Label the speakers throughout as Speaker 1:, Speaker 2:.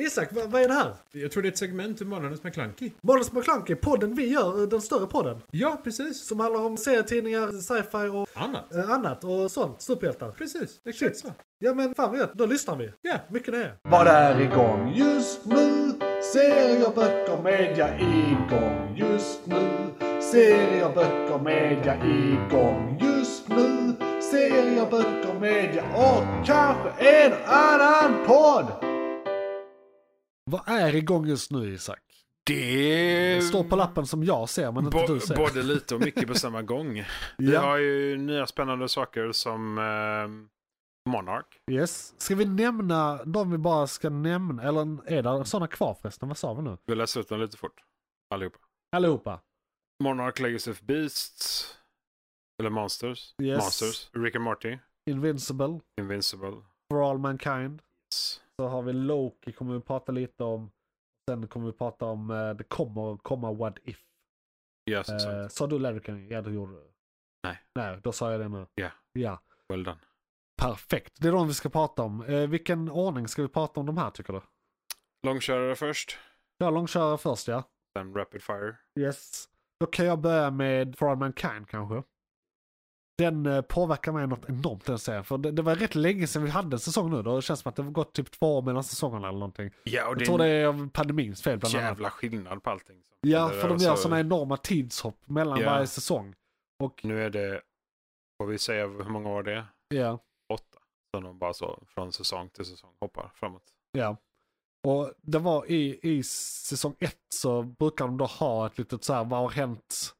Speaker 1: Isak, vad, vad är det här?
Speaker 2: Jag tror det är ett segment ur Månadens McKlunky.
Speaker 1: Månads McKlunky, podden vi gör, den större podden.
Speaker 2: Ja, precis.
Speaker 1: Som handlar om serietidningar, sci-fi och
Speaker 2: Annat.
Speaker 1: eh, annat och sånt. Superhjältar.
Speaker 2: Precis, exakt
Speaker 1: Shit.
Speaker 2: så.
Speaker 1: Ja men fan vad gött, då lyssnar vi.
Speaker 2: Ja.
Speaker 1: Mycket det.
Speaker 3: Vad är igång just nu? Serier, böcker, media igång just nu. Serier, böcker, media igång just nu. Serier, böcker, media och kanske en annan podd. Vad är igång just nu Isak?
Speaker 2: Det
Speaker 3: Det står på lappen som jag ser men inte du
Speaker 2: Bo-
Speaker 3: ser.
Speaker 2: både lite och mycket på samma gång. Vi
Speaker 3: Ja.
Speaker 2: har ju nya spännande saker som eh, Monarch.
Speaker 3: Yes. Ska vi nämna de vi bara ska nämna? Eller är det sådana kvar förresten? Vad sa vi nu?
Speaker 2: Vi läser ut den lite fort. Allihopa.
Speaker 3: Allihopa.
Speaker 2: Monarch Legacy of Beasts. Eller Monsters.
Speaker 3: Yes.
Speaker 2: Monsters. Rick and Morty.
Speaker 3: Invincible.
Speaker 2: Invincible.
Speaker 3: For all mankind. Så har vi Loki kommer vi prata lite om. Sen kommer vi prata om eh, det kommer komma What If.
Speaker 2: Yes,
Speaker 3: Eh,
Speaker 2: exakt.
Speaker 3: sa du Leverkan? Ja, det gjorde du.
Speaker 2: Nej.
Speaker 3: Nej, då sa jag det nu.
Speaker 2: Ja.
Speaker 3: Ja,
Speaker 2: Well done.
Speaker 3: perfekt. Det är de vi ska prata om. Eh, vilken ordning ska vi prata om de här tycker du?
Speaker 2: Långkörare först.
Speaker 3: Ja, långkörare först ja.
Speaker 2: Sen Rapid Fire.
Speaker 3: Yes. Då kan jag börja med For All Mankind kanske. Den eh, påverkar mig något enormt den serien. För det, det var rätt länge sedan vi hade en säsong nu. Då. Det känns som att det har gått typ två år mellan säsongerna eller någonting.
Speaker 2: Ja, och
Speaker 3: Jag
Speaker 2: det
Speaker 3: tror
Speaker 2: är
Speaker 3: det
Speaker 2: en
Speaker 3: är av pandemins fel bland annat.
Speaker 2: jävla skillnad på allting. som
Speaker 3: Ja,
Speaker 2: händer.
Speaker 3: för de
Speaker 2: Alltså,
Speaker 3: gör sådana enorma tidshopp mellan
Speaker 2: Ja.
Speaker 3: varje säsong. Och
Speaker 2: Nu är det, får vi säga hur många år det är?
Speaker 3: ja,
Speaker 2: Åtta. Så de bara så från säsong till säsong hoppar framåt.
Speaker 3: ja. Och det var i, i säsong ett så brukar de då ha ett litet så här, vad har hänt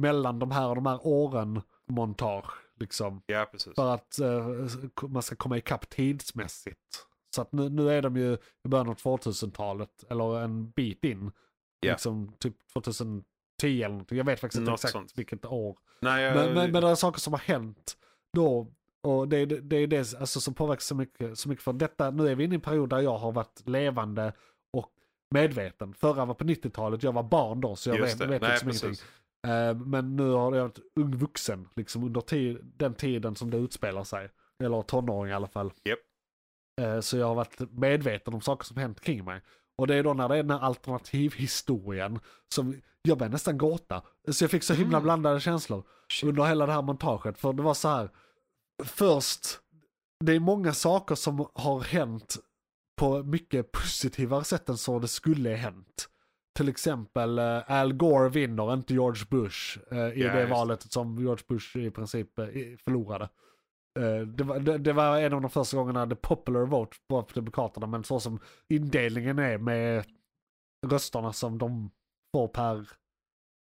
Speaker 3: mellan de här och de här åren montage. Liksom.
Speaker 2: Ja, precis.
Speaker 3: För att eh, man ska komma ikapp tidsmässigt. Så att nu, nu är de ju i början av 2000-talet, eller en bit in.
Speaker 2: Ja.
Speaker 3: Liksom typ 2010 eller någonting. Jag vet faktiskt inte
Speaker 2: Något
Speaker 3: exakt
Speaker 2: sånt.
Speaker 3: vilket år.
Speaker 2: Nej, jag,
Speaker 3: Men, men, men det är saker som har hänt då. Och det, är- det är det alltså, som påverkar så mycket, så mycket. För detta, nu är vi inne i en period där jag har varit levande och medveten. Förra var på 90-talet, jag var barn då så jag
Speaker 2: just
Speaker 3: vet,
Speaker 2: det.
Speaker 3: vet
Speaker 2: Nej,
Speaker 3: liksom
Speaker 2: precis.
Speaker 3: ingenting. Eh, men nu har jag varit ung vuxen, liksom under ti- den tiden som det utspelar sig. Eller tonåring i alla fall.
Speaker 2: Japp.
Speaker 3: Eh, så jag har varit medveten om saker som hänt kring mig. Och det är då när det är den här alternativhistorien som jag började nästan gråta. Så jag fick så himla
Speaker 2: Mm.
Speaker 3: blandade känslor
Speaker 2: Shit.
Speaker 3: under hela det här montaget. För det var så här, först, det är många saker som har hänt på mycket positivare sätt än så det skulle ha hänt. Till exempel eh, Al Gore vinner, inte George Bush, eh, i
Speaker 2: Ja,
Speaker 3: det
Speaker 2: just det.
Speaker 3: valet som George Bush i princip eh, i- förlorade. Eh, det, var, det, det var en av de första gångerna the popular vote var på Demokraterna, men så som indelningen är med rösterna som de får per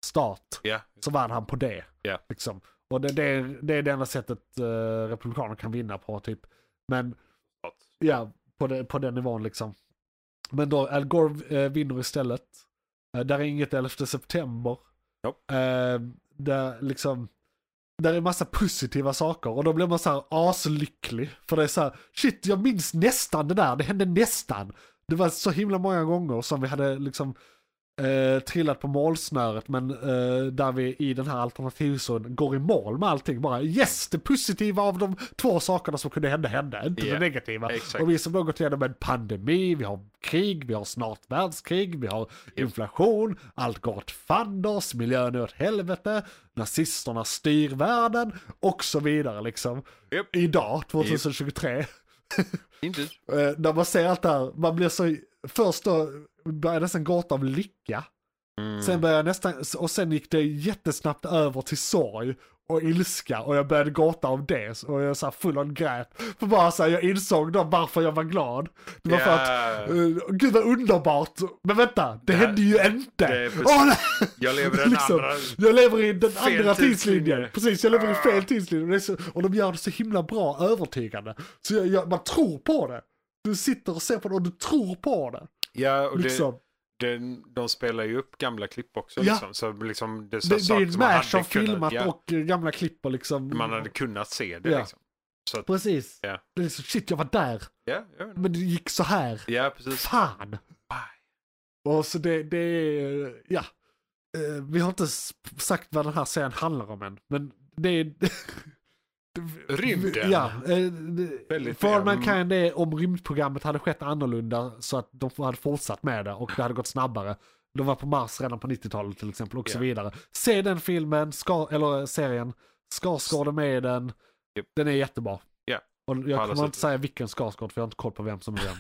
Speaker 3: stat
Speaker 2: Ja,
Speaker 3: så vann han på det.
Speaker 2: Ja.
Speaker 3: Liksom. Och det, det, är, det är det enda sättet eh, republikaner kan vinna på typ. Men
Speaker 2: klart.
Speaker 3: ja, på, det, på den nivån liksom. Men då Al Gore eh, vinner istället. Eh, där är inget 11 september.
Speaker 2: Nope.
Speaker 3: Eh, där liksom, där är massa positiva saker och då blir man så här aslycklig. För det är så här, shit jag minns nästan det där, det hände nästan. Det var så himla många gånger som vi hade liksom eh, trillat på målsnöret men eh, där vi i den här alternativzonen går i mål med allting bara yes det positiva av de två sakerna som kunde hända hände, inte
Speaker 2: Ja,
Speaker 3: det negativa.
Speaker 2: exakt.
Speaker 3: Och vi som då gått igenom en pandemi, vi har krig, vi har snart världskrig, vi har inflation, allt går åt fanders, miljön är åt helvete, nazisterna styr världen och så vidare liksom.
Speaker 2: Japp.
Speaker 3: Idag, 2023.
Speaker 2: Inte. Mm.
Speaker 3: Eh, när man ser allt det här, man blir så... Först då börjar jag nästan gråta av lycka.
Speaker 2: Mm.
Speaker 3: Sen började jag nästan... Och sen gick det jättesnabbt över till sorg och ilska och jag började gråta av det och jag var så här full av grät. För bara så här, jag insåg då varför jag var glad. Det var för att,
Speaker 2: Ja.
Speaker 3: eh, gud vad underbart. Men vänta, det,
Speaker 2: Det här-
Speaker 3: hände ju inte.
Speaker 2: det är precis-
Speaker 3: Åh, nej!
Speaker 2: Jag lever den
Speaker 3: Liksom,
Speaker 2: andra.
Speaker 3: Jag lever i den
Speaker 2: Fel
Speaker 3: andra
Speaker 2: tidslinje.
Speaker 3: tidslinjen. Precis, jag lever i
Speaker 2: Ah.
Speaker 3: fel tidslinje. Och, det är så, och de gör det så himla bra övertygande. Så jag, jag, man tror på det. Du sitter och ser på det och du tror på det.
Speaker 2: Ja, och det,
Speaker 3: Liksom.
Speaker 2: det, de spelar ju upp gamla klipp också.
Speaker 3: Ja.
Speaker 2: Liksom. Så liksom, det, är så
Speaker 3: Det, det
Speaker 2: saker
Speaker 3: är en
Speaker 2: som man
Speaker 3: mash av
Speaker 2: hade kunnat-
Speaker 3: filmat
Speaker 2: ja,
Speaker 3: och eh, gamla klipp och liksom.
Speaker 2: Man hade kunnat se det
Speaker 3: Ja.
Speaker 2: liksom. Så att,
Speaker 3: Precis.
Speaker 2: Ja.
Speaker 3: Det är så, shit, jag var där.
Speaker 2: ja, jag vet inte.
Speaker 3: Men det gick så här.
Speaker 2: ja, precis.
Speaker 3: Fan. Och så det, det är, ja. Eh, Vi har inte s- sagt vad den här serien handlar om än. Men det är,
Speaker 2: Rymden.
Speaker 3: Ja, eh,
Speaker 2: Väldigt
Speaker 3: för man
Speaker 2: grann.
Speaker 3: kan det om rymdprogrammet hade skett annorlunda så att de hade fortsatt med det och det hade gått snabbare. De var på Mars redan på 90-talet till exempel och så
Speaker 2: Ja.
Speaker 3: vidare. Se den filmen, ska, eller eh, serien, Skarsgård är med i den.
Speaker 2: Japp.
Speaker 3: Den är jättebra.
Speaker 2: Ja.
Speaker 3: Och
Speaker 2: alla
Speaker 3: jag kommer
Speaker 2: sätt.
Speaker 3: inte säga vilken Skarsgård för jag har inte koll på vem som är vem.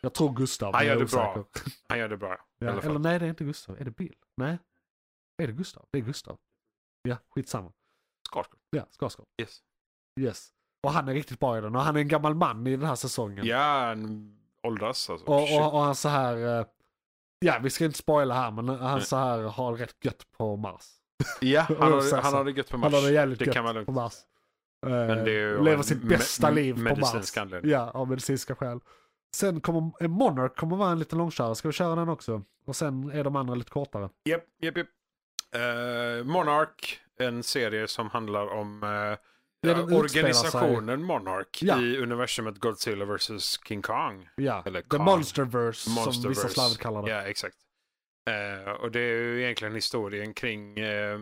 Speaker 3: jag tror Gustav,
Speaker 2: Han
Speaker 3: men jag
Speaker 2: gör
Speaker 3: är
Speaker 2: det bra.
Speaker 3: osäker.
Speaker 2: Han gör det bra. i
Speaker 3: Ja,
Speaker 2: alla fall.
Speaker 3: eller nej, det är inte Gustav. Är det Bill? Nej. Är det Gustav? Det är Gustav. Ja, skitsamma.
Speaker 2: Skarsgård.
Speaker 3: Ja, Skarsgård.
Speaker 2: Yes.
Speaker 3: Yes. Och han är riktigt bra i den. Och han är en gammal man i den här säsongen.
Speaker 2: Ja, han åldras alltså.
Speaker 3: och,
Speaker 2: Shit.
Speaker 3: och, och han så här... eh, Ja, vi ska inte spoila här, men han
Speaker 2: Nej.
Speaker 3: så här har rätt gött på Mars.
Speaker 2: ja, han,
Speaker 3: och så-
Speaker 2: har, han har det gött på
Speaker 3: Han
Speaker 2: Mars.
Speaker 3: har det jävligt
Speaker 2: det
Speaker 3: gött
Speaker 2: kan man
Speaker 3: på
Speaker 2: lugnt.
Speaker 3: Mars. Eh,
Speaker 2: Men det är ju av
Speaker 3: lever
Speaker 2: en
Speaker 3: sitt
Speaker 2: me-
Speaker 3: bästa
Speaker 2: me-
Speaker 3: liv på Mars.
Speaker 2: medicinsk anledning.
Speaker 3: Ja, av medicinska skäl. Sen kommer eh, Monarch kommer vara en liten långkörare. Ska vi köra den också? Och sen är de andra lite kortare.
Speaker 2: Japp, japp, japp. Eh, Monarch, en serie som handlar om eh,
Speaker 3: den
Speaker 2: ja,
Speaker 3: utspelar
Speaker 2: organisationen Monarch
Speaker 3: Ja.
Speaker 2: i universumet Godzilla vs. King Kong.
Speaker 3: Ja,
Speaker 2: Eller
Speaker 3: The
Speaker 2: Khan.
Speaker 3: Monsterverse, som
Speaker 2: Monsterverse.
Speaker 3: vissa slarvigt kallar det.
Speaker 2: Ja, exakt. Eh, och det är ju egentligen historien kring eh,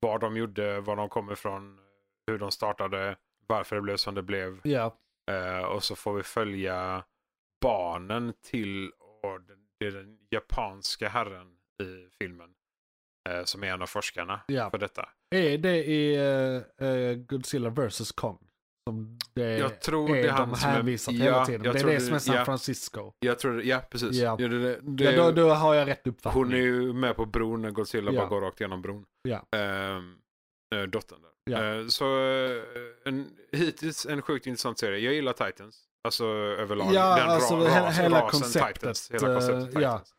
Speaker 2: vad de gjorde, var de kom ifrån, hur de startade, varför det blev som det blev.
Speaker 3: Ja,
Speaker 2: Eh, och så får vi följa barnen till och den, det är den japanska herren i filmen. eh, som är en av forskarna
Speaker 3: ja.
Speaker 2: för detta.
Speaker 3: Är det i eh, eh, Godzilla vs Kong? Som det
Speaker 2: Jag tror
Speaker 3: är
Speaker 2: det är
Speaker 3: de
Speaker 2: han som är-
Speaker 3: hänvisat
Speaker 2: ja,
Speaker 3: hela tiden.
Speaker 2: jag
Speaker 3: Det är
Speaker 2: tror
Speaker 3: det som är
Speaker 2: det-
Speaker 3: San
Speaker 2: ja.
Speaker 3: Francisco.
Speaker 2: Jag tror det, ja precis.
Speaker 3: Ja.
Speaker 2: Ja, det, det, det,
Speaker 3: Ja, då, då har jag rätt uppfattning.
Speaker 2: hon är ju med på bron när Godzilla
Speaker 3: Ja.
Speaker 2: bara går rakt igenom bron.
Speaker 3: Ja.
Speaker 2: Ehm, eh, dottern där.
Speaker 3: Ja.
Speaker 2: Eh, så eh, en, hittills en sjukt intressant serie. Jag gillar Titans. Alltså överlag.
Speaker 3: Ja,
Speaker 2: Den
Speaker 3: alltså, he- hela
Speaker 2: rasen
Speaker 3: konceptet,
Speaker 2: Titans, hela konceptet
Speaker 3: eh, ja.
Speaker 2: Titans.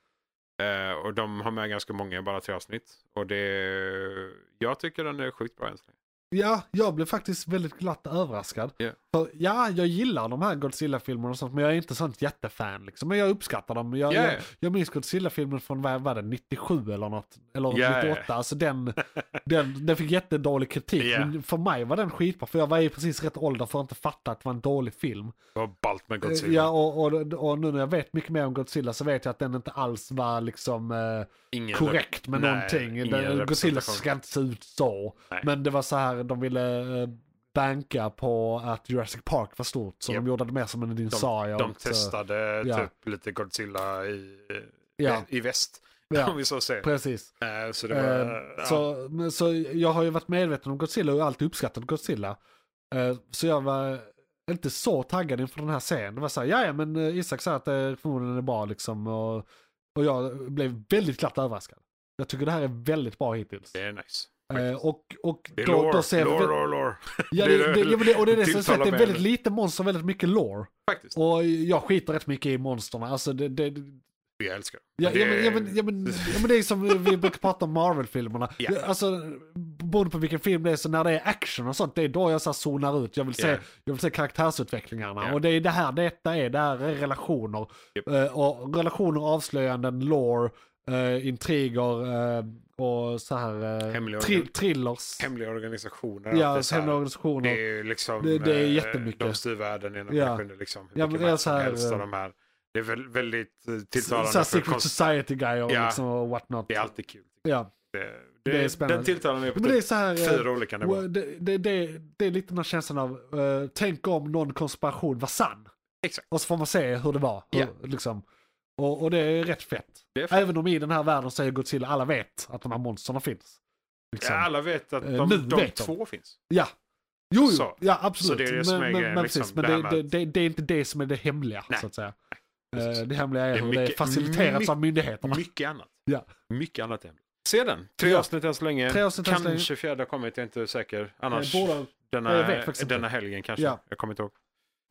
Speaker 2: Eh, och de har med ganska många, bara tre avsnitt. Och det är, jag tycker den är sjukt bra än så länge.
Speaker 3: Ja, jag blev faktiskt väldigt glatt överraskad.
Speaker 2: Ja.
Speaker 3: För, ja, jag gillar de här Godzilla-filmerna och sånt, men jag är inte sånt jättefan liksom. Men jag uppskattar dem. Jag,
Speaker 2: Ja,
Speaker 3: jag, jag minns Godzilla-filmen från, vad var det, 97 eller något? Eller
Speaker 2: Ja, ja.
Speaker 3: 98. Alltså den, den, den fick jättedålig kritik.
Speaker 2: Ja.
Speaker 3: Men för mig var den skitbra, för jag var ju precis rätt ålder för att inte fatta att det var en dålig film.
Speaker 2: Det var ballt med Godzilla.
Speaker 3: Eh, Ja, och, och, och nu när jag vet mycket mer om Godzilla så vet jag att den inte alls var liksom eh,
Speaker 2: Ingen-
Speaker 3: korrekt med
Speaker 2: nej,
Speaker 3: någonting. Den,
Speaker 2: ingen
Speaker 3: Godzilla
Speaker 2: representation.
Speaker 3: ska inte se ut så.
Speaker 2: Nej.
Speaker 3: Men det var så här, de ville eh, banka på att Jurassic Park var stort. Så
Speaker 2: Japp.
Speaker 3: de gjorde det mer som en
Speaker 2: De,
Speaker 3: dinosaurie. eh,
Speaker 2: de
Speaker 3: Så-
Speaker 2: testade
Speaker 3: ja.
Speaker 2: typ lite Godzilla i,
Speaker 3: Ja.
Speaker 2: i väst.
Speaker 3: Ja.
Speaker 2: Om vi så säger.
Speaker 3: Precis.
Speaker 2: Eh, Så det var,
Speaker 3: Eh,
Speaker 2: ja.
Speaker 3: så, men- så jag har ju varit medveten om Godzilla och alltid uppskattat Godzilla. Eh, så jag var inte så taggad inför den här serien. Det var så här, ja men eh, Isak sa att eh, förmodligen är bra liksom. Och, och jag blev väldigt glatt överraskad. Jag tycker det här är väldigt bra hittills.
Speaker 2: det är nice.
Speaker 3: Eh, och, och
Speaker 2: Det är
Speaker 3: då,
Speaker 2: lore,
Speaker 3: då ser
Speaker 2: lore,
Speaker 3: vi...
Speaker 2: lore, lore.
Speaker 3: Ja,
Speaker 2: Det
Speaker 3: det,
Speaker 2: är
Speaker 3: det,
Speaker 2: det-
Speaker 3: ja, men det, och det är det som är så att
Speaker 2: tilltalar
Speaker 3: det är
Speaker 2: mig
Speaker 3: väldigt
Speaker 2: nu.
Speaker 3: lite monster och väldigt mycket lore.
Speaker 2: Faktiskt.
Speaker 3: Och jag skiter rätt mycket i monsterna. Alltså det, det,
Speaker 2: Jag älskar det.
Speaker 3: ja,
Speaker 2: Det
Speaker 3: ja, men, ja,
Speaker 2: är-
Speaker 3: men, ja, men, ja, men det är som vi brukar prata om Marvel-filmerna.
Speaker 2: Ja.
Speaker 3: Alltså, beroende på vilken film det är, så när det är action och sånt, det är då jag så här zonar ut. Jag vill se,
Speaker 2: Ja.
Speaker 3: jag vill se karaktärsutvecklingarna.
Speaker 2: Ja.
Speaker 3: Och det är det här detta är, det här är relationer.
Speaker 2: Japp.
Speaker 3: Eh, och relationer, avslöjanden, lore, eh, intriger eh, och så här eh,
Speaker 2: Hemliga
Speaker 3: tri-
Speaker 2: organ-
Speaker 3: thrillers.
Speaker 2: Hemliga organisationer. allt
Speaker 3: Ja,
Speaker 2: det, så här.
Speaker 3: hemliga organisationer.
Speaker 2: det är ju liksom...
Speaker 3: Det- det är
Speaker 2: eh,
Speaker 3: jättemycket.
Speaker 2: De styr världen i en
Speaker 3: Ja.
Speaker 2: ja. liksom. Hur
Speaker 3: Ja, men
Speaker 2: mycket
Speaker 3: det är
Speaker 2: makt
Speaker 3: så
Speaker 2: som
Speaker 3: här,
Speaker 2: helst av
Speaker 3: eh,
Speaker 2: de här. Det är väl, väldigt
Speaker 3: Så
Speaker 2: eh,
Speaker 3: här
Speaker 2: tilltalande för
Speaker 3: Secret
Speaker 2: konst.
Speaker 3: Society guy och
Speaker 2: Ja.
Speaker 3: liksom och what not.
Speaker 2: Det är alltid kul.
Speaker 3: Ja.
Speaker 2: Det, det,
Speaker 3: Det är spännande.
Speaker 2: Den tilltalar mig på
Speaker 3: Men det är
Speaker 2: typ
Speaker 3: så här... eh,
Speaker 2: fyra olika nivåer.
Speaker 3: det, det, det, det är lite den här känslan av, eh, tänk om någon konspiration var sann.
Speaker 2: Exakt.
Speaker 3: Och så får man se hur det var. Hur,
Speaker 2: Ja.
Speaker 3: liksom. och, och det är rätt fett.
Speaker 2: Det är fett.
Speaker 3: Även om i den här världen så är Godzilla, alla vet att de här monstren finns. Liksom.
Speaker 2: Ja, alla vet att
Speaker 3: Eh,
Speaker 2: de,
Speaker 3: nu
Speaker 2: de
Speaker 3: vet de.
Speaker 2: två finns.
Speaker 3: Ja. Jo, jo.
Speaker 2: Så.
Speaker 3: ja absolut.
Speaker 2: Så det är det som
Speaker 3: men
Speaker 2: är
Speaker 3: men,
Speaker 2: grejen,
Speaker 3: men,
Speaker 2: liksom,
Speaker 3: precis, men
Speaker 2: det här
Speaker 3: det,
Speaker 2: med
Speaker 3: det,
Speaker 2: att-
Speaker 3: det, det är inte det som är det hemliga,
Speaker 2: Nej.
Speaker 3: så att säga.
Speaker 2: precis.
Speaker 3: Eh, Det hemliga är,
Speaker 2: Det är
Speaker 3: hur det är
Speaker 2: mycket-
Speaker 3: faciliterats av myndigheterna.
Speaker 2: Mycket annat.
Speaker 3: Ja.
Speaker 2: Mycket annat ämne. Se den. Tre
Speaker 3: Ja.
Speaker 2: avsnitt än så länge.
Speaker 3: Tre avsnitt än så länge.
Speaker 2: Kanske fjärde har kommit, jag är inte säker. Annars
Speaker 3: Eh, båda- jag vet
Speaker 2: denna,
Speaker 3: faktiskt inte.
Speaker 2: denna helgen kanske.
Speaker 3: Ja.
Speaker 2: Jag kommer inte ihåg.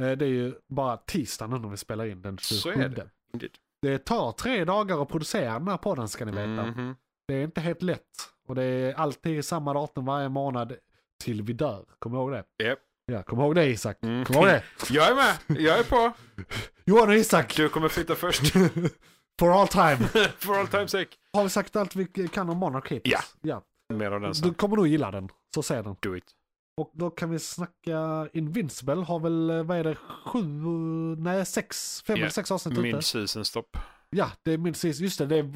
Speaker 3: Eh, Det är ju bara tisdagen nu när vi spelar in den
Speaker 2: Så är
Speaker 3: 27.
Speaker 2: det. Indeed.
Speaker 3: Det tar tre dagar att producera den här podden ska ni veta.
Speaker 2: Mhm.
Speaker 3: Det är inte helt lätt. Och det är alltid samma datum varje månad till vi dör. Kom ihåg det.
Speaker 2: Japp.
Speaker 3: Ja, kom ihåg det Isak.
Speaker 2: Mm.
Speaker 3: Kom ihåg det.
Speaker 2: Jag är med, jag är på.
Speaker 3: Johan och Isak.
Speaker 2: Du kommer flytta först.
Speaker 3: For all time.
Speaker 2: For all time's sake.
Speaker 3: Har vi sagt allt vi kan om Monarch hittills?
Speaker 2: Ja. Alltså.
Speaker 3: ja.
Speaker 2: Mer av den
Speaker 3: Du
Speaker 2: sen.
Speaker 3: kommer nog gilla den. Så ser den.
Speaker 2: Do it.
Speaker 3: Och då kan vi snacka Invincible. Har väl, eh, vad är det, sju, nej sex, fem
Speaker 2: Ja,
Speaker 3: eller sex avsnitt ute.
Speaker 2: Min season stopp.
Speaker 3: Ja, det är mid season. Just det, det är,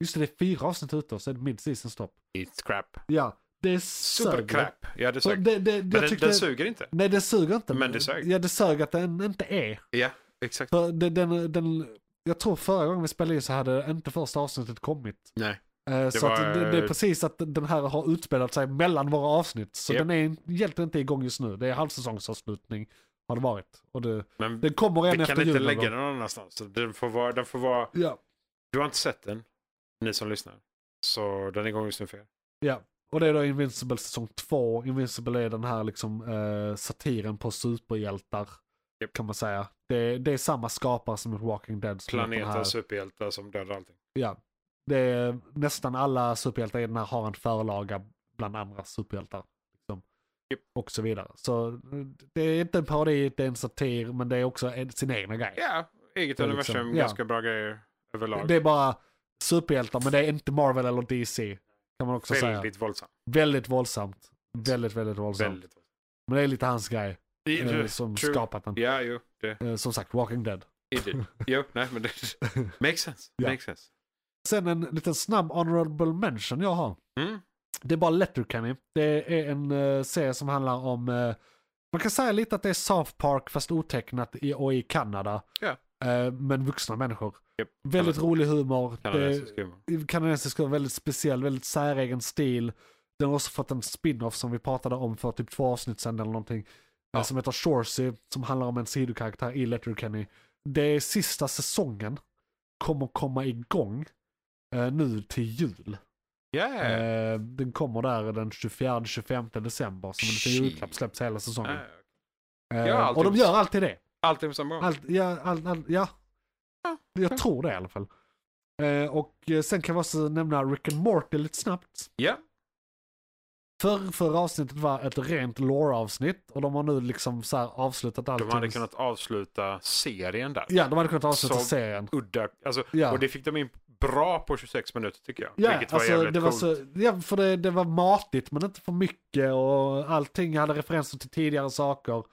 Speaker 3: just det, det är fyra avsnitt ute och så är det mid season stopp.
Speaker 2: It's crap.
Speaker 3: Ja, det suger.
Speaker 2: Supercrap. Ja, det
Speaker 3: Och
Speaker 2: sög.
Speaker 3: det, det,
Speaker 2: Men
Speaker 3: jag
Speaker 2: den,
Speaker 3: tyckte,
Speaker 2: den suger inte.
Speaker 3: nej, det suger inte.
Speaker 2: Men det sög.
Speaker 3: Ja, det sög att den inte är.
Speaker 2: Ja, exakt.
Speaker 3: För det, den, den, jag tror förra gången vi spelade in så hade inte första avsnittet kommit.
Speaker 2: Nej.
Speaker 3: Eh, så
Speaker 2: var,
Speaker 3: att det, det är
Speaker 2: eh,
Speaker 3: precis att den här har utspelat sig mellan våra avsnitt. Så
Speaker 2: Japp.
Speaker 3: den är egentligen inte igång just nu. Det är halvsäsongsavslutning har det varit. Och det,
Speaker 2: Men
Speaker 3: den kommer en
Speaker 2: vi
Speaker 3: efter
Speaker 2: kan inte
Speaker 3: jul.
Speaker 2: lägga
Speaker 3: någon
Speaker 2: den
Speaker 3: gång.
Speaker 2: någon annanstans. Så Den får, vara, den får vara...
Speaker 3: Ja,
Speaker 2: Du har inte sett den, ni som lyssnar. Så den är igång just nu för er.
Speaker 3: ja. Och det är då Invincible säsong 2. Invincible är den här liksom eh, satiren på superhjältar.
Speaker 2: Japp.
Speaker 3: Kan man säga. Det, det är samma skapare som i Walking Dead. som gjort den här-
Speaker 2: Planeten, superhjältar som dödar allting.
Speaker 3: Ja. Det är, nästan alla superhjältar i den här har en förlaga bland andra superhjältar. Liksom.
Speaker 2: Japp.
Speaker 3: Och så vidare. Så det är inte en parodi, det är en satir, men det är också en, sin egna grej.
Speaker 2: Ja, eget
Speaker 3: Ja, liksom.
Speaker 2: universum,
Speaker 3: Ja.
Speaker 2: ganska bra grejer överlag.
Speaker 3: Det är bara superhjältar, men det är inte Marvel eller DC. Kan man också säga.
Speaker 2: väldigt våldsamt.
Speaker 3: Väldigt våldsamt. Väldigt, väldigt våldsamt.
Speaker 2: Väldigt våldsamt.
Speaker 3: Men det är lite hans grej
Speaker 2: Det-
Speaker 3: eh, som
Speaker 2: true.
Speaker 3: skapat den.
Speaker 2: Ja, jo, det
Speaker 3: Eh, som sagt, Walking Dead.
Speaker 2: är det. Jo, nej, men det makes sense.
Speaker 3: Ja.
Speaker 2: Makes sense.
Speaker 3: Sen en liten snabb honorable mention jag har.
Speaker 2: Mm.
Speaker 3: Det är bara Letterkenny. Det är en eh, serie som handlar om, eh, man kan säga lite att det är South Park fast otecknat i, och i Kanada.
Speaker 2: Ja.
Speaker 3: Eh, men vuxna människor.
Speaker 2: Japp.
Speaker 3: Väldigt rolig humor.
Speaker 2: Kanadensisk humor.
Speaker 3: Det- Kanadensisk humor, väldigt speciell, väldigt säregen stil. Den har också fått en spin-off som vi pratade om för typ två avsnitt sedan eller någonting. eh,
Speaker 2: Ja.
Speaker 3: Som heter Shorsey, som handlar om en sidokaraktär i Letterkenny. Det är sista säsongen kommer komma igång eh, nu till jul.
Speaker 2: Yeah.
Speaker 3: Eh, den kommer där den 24-25 december som en
Speaker 2: Shit.
Speaker 3: liten julklapp släpps hela säsongen.
Speaker 2: Uh,
Speaker 3: Eh,
Speaker 2: Ja, alltid.
Speaker 3: och de gör alltid det.
Speaker 2: allting på samma gång.
Speaker 3: Allt, ja, all, all, ja.
Speaker 2: Ja.
Speaker 3: Jag tror det i alla fall. Eh, och eh, sen kan vi också nämna Rick and Morty lite snabbt.
Speaker 2: Ja,
Speaker 3: Förr, förra avsnittet var ett rent lore-avsnitt och de har nu liksom så här avslutat allting.
Speaker 2: de hade kunnat avsluta serien där.
Speaker 3: Ja, de hade kunnat avsluta
Speaker 2: Så-
Speaker 3: serien.
Speaker 2: Udda, alltså,
Speaker 3: Ja.
Speaker 2: och det fick de in bra på 26 minuter tycker jag.
Speaker 3: Ja,
Speaker 2: Vilket var
Speaker 3: alltså,
Speaker 2: jävligt
Speaker 3: det var
Speaker 2: coolt.
Speaker 3: så, ja, för det, det var matigt men inte för mycket och allting hade referenser till tidigare saker. Och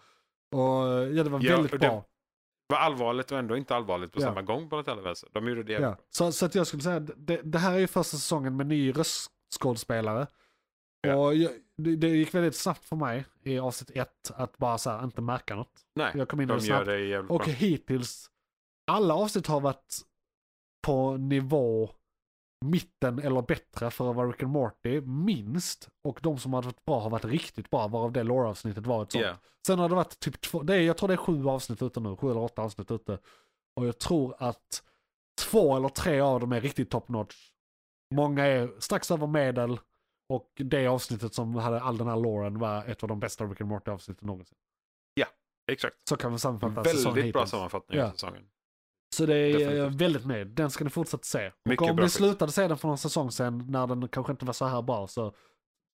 Speaker 3: ja, det var
Speaker 2: Ja,
Speaker 3: väldigt
Speaker 2: och det-
Speaker 3: bra.
Speaker 2: var allvarligt och ändå inte allvarligt på
Speaker 3: Ja.
Speaker 2: samma gång på något jävla vänster. De gjorde det jävligt
Speaker 3: Ja. Så, så att jag skulle säga, det, det här är ju första säsongen med ny röstskådespelare.
Speaker 2: Ja.
Speaker 3: Och jag, det, det gick väldigt snabbt för mig i avsnitt ett att bara så här, inte märka något.
Speaker 2: bra. Nej,
Speaker 3: Jag kom in i
Speaker 2: de
Speaker 3: det
Speaker 2: gör
Speaker 3: snabbt.
Speaker 2: det jävligt
Speaker 3: Och
Speaker 2: bra.
Speaker 3: hittills, alla avsnitt har varit på nivå mitten eller bättre för att vara Rick and Morty, minst. Och de som har varit bra har varit riktigt bra, varav det lore-avsnittet var ett sånt.
Speaker 2: Ja.
Speaker 3: Sen har det varit typ två, det är, jag tror det är sju avsnitt ute nu, sju eller åtta avsnitt ute. Och jag tror att två eller tre av dem är riktigt top notch. Många är strax över medel och det avsnittet som hade all den här loren var ett av de bästa Rick and Morty avsnitten någonsin.
Speaker 2: Exakt.
Speaker 3: Så kan vi sammanfatta säsongen
Speaker 2: Väldigt bra
Speaker 3: hittills.
Speaker 2: sammanfattning av
Speaker 3: Ja.
Speaker 2: säsongen.
Speaker 3: Så det är jag är
Speaker 2: Definitivt.
Speaker 3: väldigt nöjd. Den ska ni fortsätta se.
Speaker 2: Mycket
Speaker 3: och om
Speaker 2: bra
Speaker 3: ni
Speaker 2: skit.
Speaker 3: slutade se den för någon säsong sedan när den kanske inte var så här bra så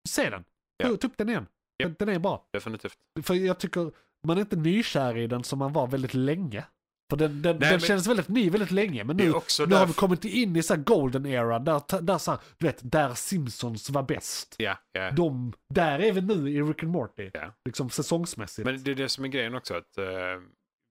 Speaker 3: se den.
Speaker 2: Ja.
Speaker 3: Ta- Ta upp den igen.
Speaker 2: Ja.
Speaker 3: Den, den är bra.
Speaker 2: Definitivt.
Speaker 3: För jag tycker man är inte nykär i den som man var väldigt länge. För den, den,
Speaker 2: Nej,
Speaker 3: den
Speaker 2: men-
Speaker 3: kändes väldigt ny väldigt länge men
Speaker 2: Det
Speaker 3: nu,
Speaker 2: är också
Speaker 3: nu har vi
Speaker 2: därför-
Speaker 3: kommit in i så här golden era där, ta- där, så här, du vet, där Simpsons var bäst.
Speaker 2: Ja, ja.
Speaker 3: De, där är vi nu i Rick and Morty.
Speaker 2: Ja.
Speaker 3: Liksom säsongsmässigt.
Speaker 2: Men det är det som är grejen också. Att, eh,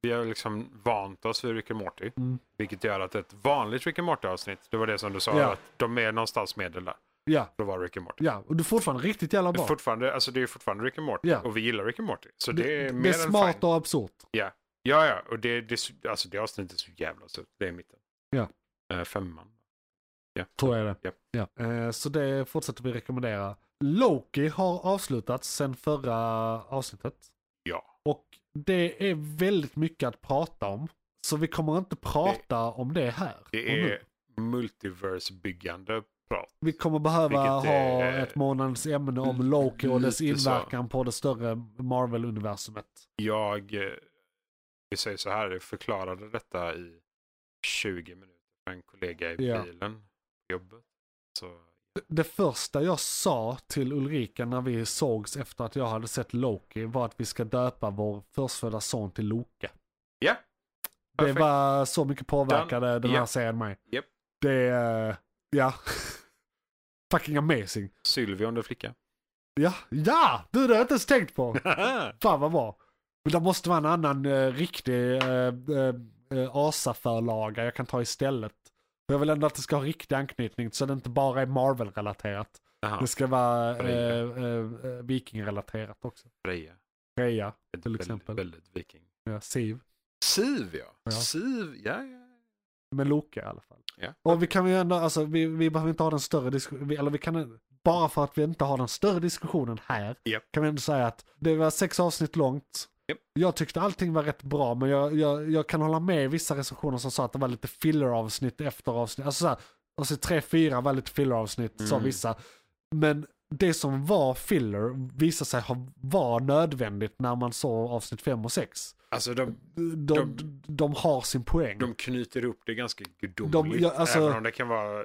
Speaker 2: vi har liksom vant oss vid Rick and Morty.
Speaker 3: Mm.
Speaker 2: Vilket gör att ett vanligt Rick and Morty-avsnitt, det var det som du sa,
Speaker 3: Ja.
Speaker 2: att de är någonstans medel där.
Speaker 3: Ja,
Speaker 2: Då var Rick and Morty.
Speaker 3: ja, och du är fortfarande riktigt jävla
Speaker 2: Det är,
Speaker 3: bra.
Speaker 2: fortfarande, alltså det är fortfarande Rick and Morty
Speaker 3: Ja.
Speaker 2: och vi gillar Rick and Morty. Så det, är mer
Speaker 3: det är
Speaker 2: än
Speaker 3: smart
Speaker 2: fine.
Speaker 3: och absurt.
Speaker 2: Ja, ja, ja. och det, det, är så- alltså det avsnittet är så jävla sött. Det är mitten.
Speaker 3: Ja.
Speaker 2: Eh, femman. Ja.
Speaker 3: Tror jag det.
Speaker 2: Japp.
Speaker 3: Ja. Eh, Så det fortsätter vi rekommendera. Loki har avslutats sen förra avsnittet.
Speaker 2: Ja.
Speaker 3: Och det är väldigt mycket att prata om. Så vi kommer inte prata om det här. och
Speaker 2: Det
Speaker 3: nu.
Speaker 2: är multiverse-byggande prat.
Speaker 3: Vi kommer behöva
Speaker 2: vilket
Speaker 3: ha
Speaker 2: är- Mm,
Speaker 3: ett månadens ämne om Loki och dess
Speaker 2: lite så.
Speaker 3: inverkan på det större Marvel-universumet.
Speaker 2: Jag, eh, vi säger så här, jag förklarade detta i 20 minuter för en kollega i
Speaker 3: Ja.
Speaker 2: bilen på jobbet. Så,
Speaker 3: Det första jag sa till Ulrika när vi sågs efter att jag hade sett Loki var att vi ska döpa vår förstfödda son till Loke.
Speaker 2: ja.
Speaker 3: Det
Speaker 2: Perfekt.
Speaker 3: var så mycket påverkade den här
Speaker 2: Japp.
Speaker 3: serien mig.
Speaker 2: Japp.
Speaker 3: Det, eh, ja. Fucking amazing.
Speaker 2: Sylvia om du är flicka.
Speaker 3: Ja, ja! Du, det har jag inte ens tänkt på. Fan vad bra. Men det måste vara en annan eh, riktig eh, eh, eh, Asa-förlaga jag kan ta istället. För jag vill ändå att det ska ha riktig anknytning så det inte bara är Marvel-relaterat.
Speaker 2: Jaha,
Speaker 3: Det ska vara
Speaker 2: Freja.
Speaker 3: eh, eh, vikingrelaterat också.
Speaker 2: Freja.
Speaker 3: Freja,
Speaker 2: Ett
Speaker 3: Till
Speaker 2: väldigt-
Speaker 3: exempel.
Speaker 2: Väldigt viking.
Speaker 3: ja, Siv.
Speaker 2: Siv ja.
Speaker 3: Ja.
Speaker 2: Siv, ja, ja.
Speaker 3: Med Loke i alla fall.
Speaker 2: Ja.
Speaker 3: Och vi kan ju ändå, alltså vi, vi behöver inte ha den större diskussionen, eller vi kan, bara för att vi inte har den större diskussionen här,
Speaker 2: Japp.
Speaker 3: kan vi ändå säga att det var sex avsnitt långt.
Speaker 2: Japp.
Speaker 3: Jag tyckte allting var rätt bra, men jag, jag, jag kan hålla med i vissa recensioner som sa att det var lite filler-avsnitt efter avsnitt. Alltså såhär, avsnitt 3-4 var lite filler-avsnitt, sa
Speaker 2: Mm.
Speaker 3: vissa. Men det som var filler visade sig ha, var nödvändigt när man såg avsnitt 5 och 6.
Speaker 2: Alltså de,
Speaker 3: De, de,
Speaker 2: De-
Speaker 3: har sin poäng.
Speaker 2: de knyter ihop det ganska
Speaker 3: De-
Speaker 2: gudomligt.
Speaker 3: ja, alltså-
Speaker 2: även om det kan vara...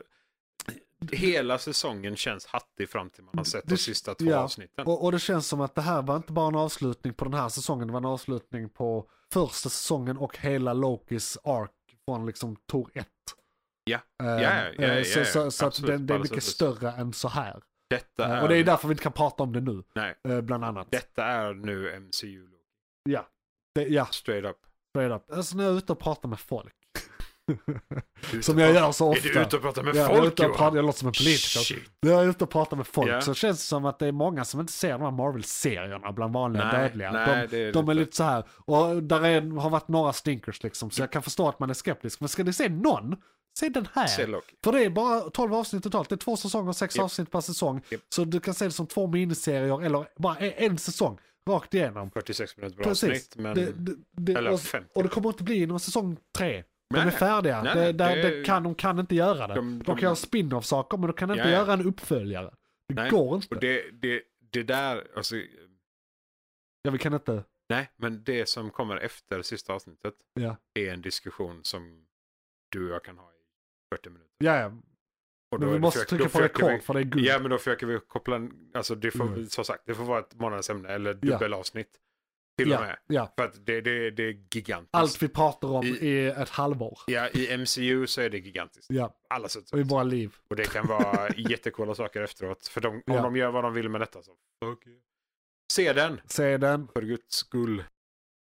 Speaker 2: Hela säsongen känns hattig fram till man har sett
Speaker 3: Det-
Speaker 2: de sista två
Speaker 3: ja.
Speaker 2: avsnitten.
Speaker 3: Och, och det känns som att det här var inte bara en avslutning på den här säsongen, det var en avslutning på första säsongen och hela Lokis ark från liksom Tor 1.
Speaker 2: Ja.
Speaker 3: Eh,
Speaker 2: ja, ja, ja,
Speaker 3: eh, så
Speaker 2: ja,
Speaker 3: så, så att
Speaker 2: absolut,
Speaker 3: den,
Speaker 2: på
Speaker 3: det är
Speaker 2: alla
Speaker 3: mycket
Speaker 2: sätt.
Speaker 3: större än så här.
Speaker 2: Detta
Speaker 3: Eh,
Speaker 2: är,
Speaker 3: och det är därför vi inte kan prata om det nu,
Speaker 2: nej,
Speaker 3: eh, bland annat.
Speaker 2: detta är nu MCU. Loki.
Speaker 3: Det, ja,
Speaker 2: Straight up.
Speaker 3: straight up. Alltså när jag är ute och pratar med folk.
Speaker 2: Ute
Speaker 3: som
Speaker 2: och
Speaker 3: jag
Speaker 2: pratar-
Speaker 3: gör så ofta.
Speaker 2: Är du ute och pratar med
Speaker 3: Ja, jag, är
Speaker 2: folk
Speaker 3: ute och pratar,
Speaker 2: Johan?
Speaker 3: jag låter som en politiker.
Speaker 2: Shit.
Speaker 3: När jag är ute och pratar med folk
Speaker 2: Ja.
Speaker 3: så känns det som att det är många som inte ser de här Marvel-serierna bland vanliga
Speaker 2: Nej,
Speaker 3: dödliga.
Speaker 2: nej,
Speaker 3: de,
Speaker 2: det är
Speaker 3: de är
Speaker 2: lite-
Speaker 3: lite så här. och där är, har varit några stinkers liksom, så jag kan förstå att man är skeptisk. Men ska ni se någon, se den här.
Speaker 2: Se Loki.
Speaker 3: För det är bara 12 avsnitt totalt, det är två säsonger, sex
Speaker 2: Japp.
Speaker 3: avsnitt per säsong.
Speaker 2: Japp.
Speaker 3: Så du kan se det som två miniserier eller bara en säsong, rakt igenom.
Speaker 2: 46 minuter bra
Speaker 3: Precis.
Speaker 2: avsnitt. Men...
Speaker 3: Det, det, det,
Speaker 2: Eller
Speaker 3: och,
Speaker 2: 50.
Speaker 3: och det kommer inte bli någon säsong tre. De
Speaker 2: Nej,
Speaker 3: är färdiga.
Speaker 2: nej,
Speaker 3: det, där,
Speaker 2: det-
Speaker 3: det kan, de kan inte göra det. De,
Speaker 2: De-
Speaker 3: kan
Speaker 2: de-
Speaker 3: göra spin-off saker men de kan inte
Speaker 2: Ja, ja.
Speaker 3: göra en uppföljare. Det
Speaker 2: Nej,
Speaker 3: går inte.
Speaker 2: Och det, det, det där, alltså,
Speaker 3: Ja, vi kan inte.
Speaker 2: nej, men det som kommer efter sista avsnittet
Speaker 3: Ja.
Speaker 2: är en diskussion som du och jag kan ha i 40 minuter.
Speaker 3: Ja, ja.
Speaker 2: Och då
Speaker 3: Men vi
Speaker 2: är det
Speaker 3: måste
Speaker 2: försök-
Speaker 3: trycka
Speaker 2: då
Speaker 3: på
Speaker 2: försöker
Speaker 3: rekord för det är
Speaker 2: Vi,
Speaker 3: guld.
Speaker 2: ja, men då försöker vi koppla, en- alltså det får,
Speaker 3: Mm.
Speaker 2: som sagt, det får vara ett månadens ämne eller
Speaker 3: Ja.
Speaker 2: dubbelavsnitt. Till och
Speaker 3: ja,
Speaker 2: med.
Speaker 3: ja.
Speaker 2: För att det, det, det är gigantiskt.
Speaker 3: Allt vi pratar om
Speaker 2: I-
Speaker 3: är ett halvår.
Speaker 2: Ja, i MCU så är det gigantiskt.
Speaker 3: Ja,
Speaker 2: Alla sätt.
Speaker 3: och i våra liv.
Speaker 2: Och det kan vara jättecoola saker efteråt. För de, om
Speaker 3: Ja.
Speaker 2: de gör vad de vill med detta så. Okay. Se den,
Speaker 3: Se den.
Speaker 2: för guds skull.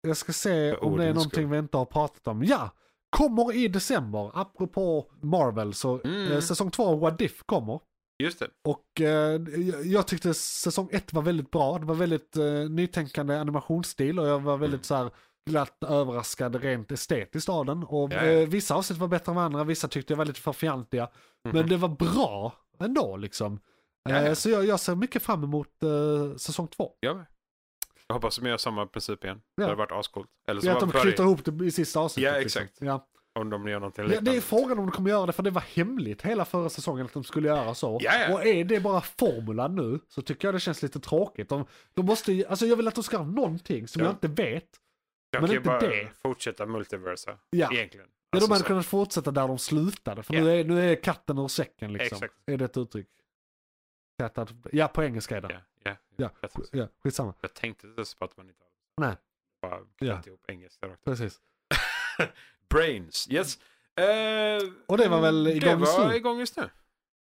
Speaker 3: Jag ska se
Speaker 2: För
Speaker 3: om det är
Speaker 2: ordens
Speaker 3: någonting
Speaker 2: skull.
Speaker 3: vi inte har pratat om. Ja! Kommer i december, apropå Marvel, så
Speaker 2: Mm.
Speaker 3: eh, säsong två av What If kommer.
Speaker 2: Just det.
Speaker 3: Och eh, jag- jag tyckte säsong ett var väldigt bra. Det var väldigt eh, nytänkande animationsstil och jag var väldigt så här glatt överraskad rent estetiskt av den. Och
Speaker 2: Ja, ja.
Speaker 3: eh, vissa avsnitt var bättre än andra, vissa tyckte jag var lite för fjantiga. Men det var bra ändå liksom.
Speaker 2: Mhm. Ja, ja.
Speaker 3: Eh, så jag, jag ser mycket fram emot eh, säsong två.
Speaker 2: Jag med. Jag hoppas de gör samma princip igen.
Speaker 3: Ja.
Speaker 2: Det hade varit ascoolt. Eller så
Speaker 3: Ja, att
Speaker 2: bara
Speaker 3: de
Speaker 2: börja-
Speaker 3: knyter ihop det i sista avsnittet.
Speaker 2: Ja,
Speaker 3: liksom.
Speaker 2: exakt.
Speaker 3: Ja.
Speaker 2: om de gör någonting
Speaker 3: Ja, det är
Speaker 2: liknande.
Speaker 3: frågan om de kommer göra det, för det var hemligt hela förra säsongen att de skulle göra så.
Speaker 2: Ja, ja.
Speaker 3: Och är det bara formulan nu så tycker jag det känns lite tråkigt. De, de måste, ju- alltså jag vill att de ska göra någonting som
Speaker 2: Ja.
Speaker 3: jag inte vet.
Speaker 2: De
Speaker 3: men
Speaker 2: kan ju
Speaker 3: inte
Speaker 2: bara
Speaker 3: det.
Speaker 2: fortsätta multiversa.
Speaker 3: Ja.
Speaker 2: Egentligen.
Speaker 3: Ja, de
Speaker 2: Alltså,
Speaker 3: hade
Speaker 2: så-
Speaker 3: kunnat fortsätta där de slutade, för
Speaker 2: Ja.
Speaker 3: nu, är, nu är katten ur säcken liksom.
Speaker 2: Exakt.
Speaker 3: Är det ett uttryck? Katten- Ja, på engelska är det.
Speaker 2: Ja, ja,
Speaker 3: Ja.
Speaker 2: Jag, tänkte-
Speaker 3: Ja, skitsamma.
Speaker 2: jag tänkte inte ens på att man inte har
Speaker 3: Nej.
Speaker 2: bara
Speaker 3: Ja.
Speaker 2: knyta ihop engelska rakt.
Speaker 3: Precis.
Speaker 2: Brains, yes. Eh,
Speaker 3: Och det var väl
Speaker 2: mm,
Speaker 3: igång
Speaker 2: Det
Speaker 3: just
Speaker 2: var
Speaker 3: nu?
Speaker 2: igång just nu.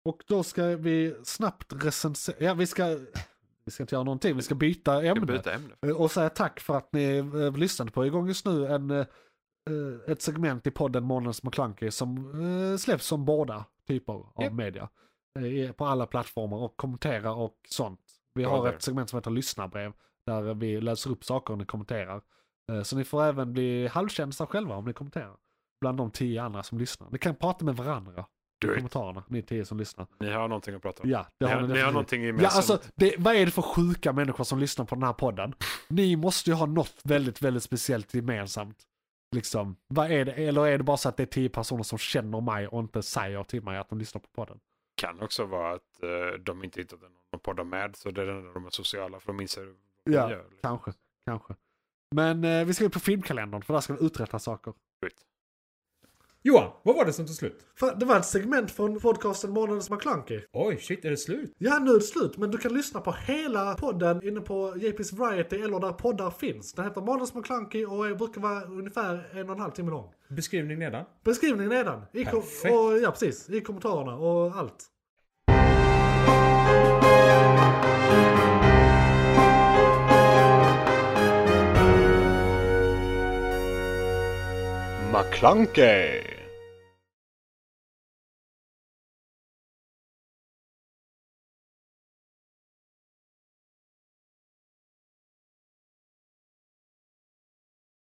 Speaker 3: Och då ska vi snabbt recensera, ja vi ska, vi ska inte göra någonting, vi ska byta
Speaker 2: Jag
Speaker 3: ämne.
Speaker 2: byter ämne.
Speaker 3: Eh, Och säga tack för att ni eh, lyssnade på igång just nu en, eh, eh, ett segment i podden Månadens McKlunky som eh, släpps som båda typer av
Speaker 2: Japp.
Speaker 3: media. Eh, på alla plattformar och kommentera och sånt. Vi
Speaker 2: Bra
Speaker 3: har
Speaker 2: där.
Speaker 3: ett segment som heter lyssnarbrev där vi läser upp saker och ni kommenterar. Eh, så ni får även bli halvkändisar själva om ni kommenterar. Bland de tio andra som lyssnar. Ni kan prata med varandra i
Speaker 2: Do it.
Speaker 3: kommentarerna, ni tio som lyssnar.
Speaker 2: Ni har någonting att prata om.
Speaker 3: Ja, det
Speaker 2: ni,
Speaker 3: har
Speaker 2: har, ni har
Speaker 3: definitivt.
Speaker 2: någonting
Speaker 3: Ja,
Speaker 2: gemensamt.
Speaker 3: alltså, det, vad är det för sjuka människor som lyssnar på den här podden? Ni måste ju ha något väldigt, väldigt speciellt gemensamt. Liksom, vad är det? Eller är det bara så att det är tio personer som känner mig och inte säger till mig att de lyssnar på podden?
Speaker 2: kan också vara att eh, de inte hittat någon podd med, så det är den där de är sociala, för de inser vad de
Speaker 3: Ja,
Speaker 2: gör. liksom.
Speaker 3: Kanske, kanske. Men eh, vi ska ju på filmkalendern för där ska vi uträtta saker.
Speaker 2: Do it.
Speaker 4: Johan, vad var det som tog slut?
Speaker 1: Fan, det var ett segment från podcasten Månadens McKlunky.
Speaker 4: Oj, shit, är det slut?
Speaker 1: Ja, nu är det slut, men du kan lyssna på hela podden inne på JP's Variety eller där poddar finns. Den heter Månadens McKlunky och är- brukar vara ungefär en och en halv timme lång.
Speaker 4: Beskrivning nedan.
Speaker 1: Beskrivningen nedan. I kom-
Speaker 4: Perfekt.
Speaker 1: och, ja, precis. I kommentarerna och allt.
Speaker 2: McClunkey!